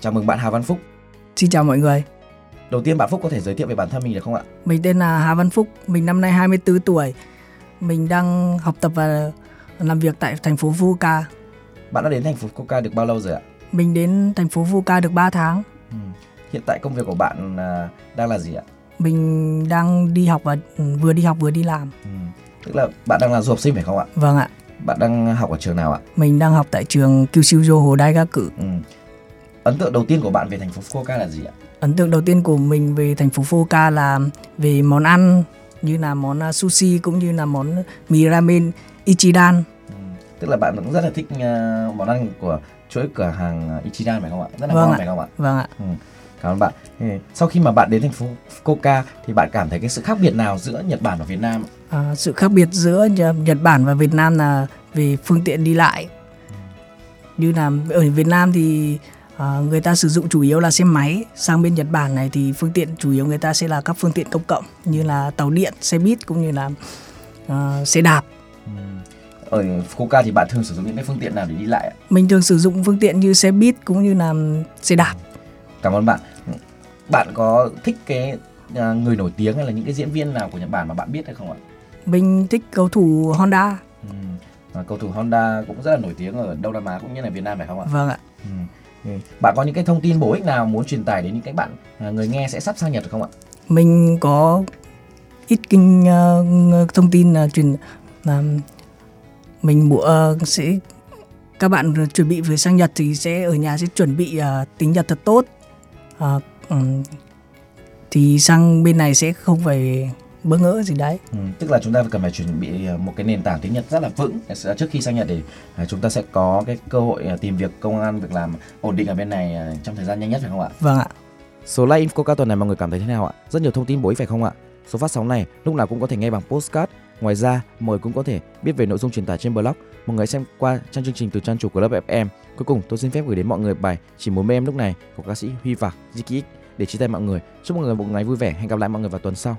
Chào mừng bạn Hà Văn Phúc. Xin chào mọi người, Đầu tiên bạn Phúc có thể giới thiệu về bản thân mình được không ạ? mình tên là Hà Văn Phúc, mình năm nay 24 tuổi. Mình đang học tập và làm việc tại thành phố Vuca. Bạn đã đến thành phố Fukuoka được bao lâu rồi ạ? Mình đến thành phố Vuca được 3 tháng. Ừ. Hiện tại công việc của bạn à, đang là gì ạ? Mình đang đi học và ừ, vừa đi học vừa đi làm. Ừ. Tức là bạn đang là du học sinh phải không ạ? Vâng ạ, Bạn đang học ở trường nào ạ? mình đang học tại trường Kyushujo Hồ Đai Ga Cử. Ừ. Ấn tượng đầu tiên của bạn về thành phố Fukuoka là gì ạ? Ấn tượng đầu tiên của mình về thành phố Fukuoka là về món ăn như là món à, sushi cũng như là món mì ramen Ichidan. Ừ. Tức là bạn cũng rất là thích à, món ăn của chuỗi cửa hàng Ichiran phải không ạ? Rất là Vâng ngon ạ. phải không ạ? Vâng ạ. Cảm ơn bạn. Ừ. Sau khi mà bạn đến thành phố Fukuoka thì bạn cảm thấy cái sự khác biệt nào giữa Nhật Bản và Việt Nam? À, sự khác biệt giữa Nh- Nhật Bản và Việt Nam là về phương tiện đi lại. Như là ở Việt Nam thì à, người ta sử dụng chủ yếu là xe máy, sang bên Nhật Bản này thì phương tiện chủ yếu người ta sẽ là các phương tiện công cộng như là tàu điện, xe buýt cũng như là à, xe đạp. Ừ. Ở Fukuoka thì bạn thường sử dụng những cái phương tiện nào để đi lại ạ? Mình thường sử dụng phương tiện như xe buýt cũng như là xe đạp. Cảm ơn bạn. Ừ. Bạn có thích cái à, người nổi tiếng hay là những cái diễn viên nào của Nhật Bản mà bạn biết hay không ạ? Mình thích cầu thủ Honda. Ừ. Và Cầu thủ Honda cũng rất là nổi tiếng ở Đông Nam Á cũng như là Việt Nam phải không ạ? Vâng ạ. Ừ. Ừ. Bạn có những cái thông tin bổ ích nào muốn truyền tải đến những cái bạn à, người nghe sẽ sắp sang Nhật được không ạ? Mình có ít kinh ờ, thông tin là truyền là mình mua ờ, sẽ các bạn chuẩn bị về sang Nhật thì sẽ ở nhà sẽ chuẩn bị ờ, tiếng Nhật thật tốt Ờ, ừm, thì sang bên này sẽ không phải bỡ ngỡ gì đấy. Ừ. Tức là chúng ta cần phải chuẩn bị à, một cái nền tảng tiếng Nhật rất là vững à, trước khi sang Nhật để à, chúng ta sẽ có cái cơ hội à, tìm việc công an việc làm ổn định ở bên này à, trong thời gian nhanh nhất phải không ạ? Vâng ạ. Số live info cao tuần này mọi người cảm thấy thế nào ạ? Rất nhiều thông tin bổ ích phải không ạ? Số phát sóng này lúc nào cũng có thể nghe bằng postcard. Ngoài ra, mọi người cũng có thể biết về nội dung truyền tải trên blog. Mọi người xem qua trang chương trình từ trang chủ của lớp FM. Cuối cùng, tôi xin phép gửi đến mọi người bài Chỉ muốn mê em lúc này của ca sĩ Huy Vạc, Ziki X để chia tay mọi người. Chúc mọi người một ngày vui vẻ. Hẹn gặp lại mọi người vào tuần sau.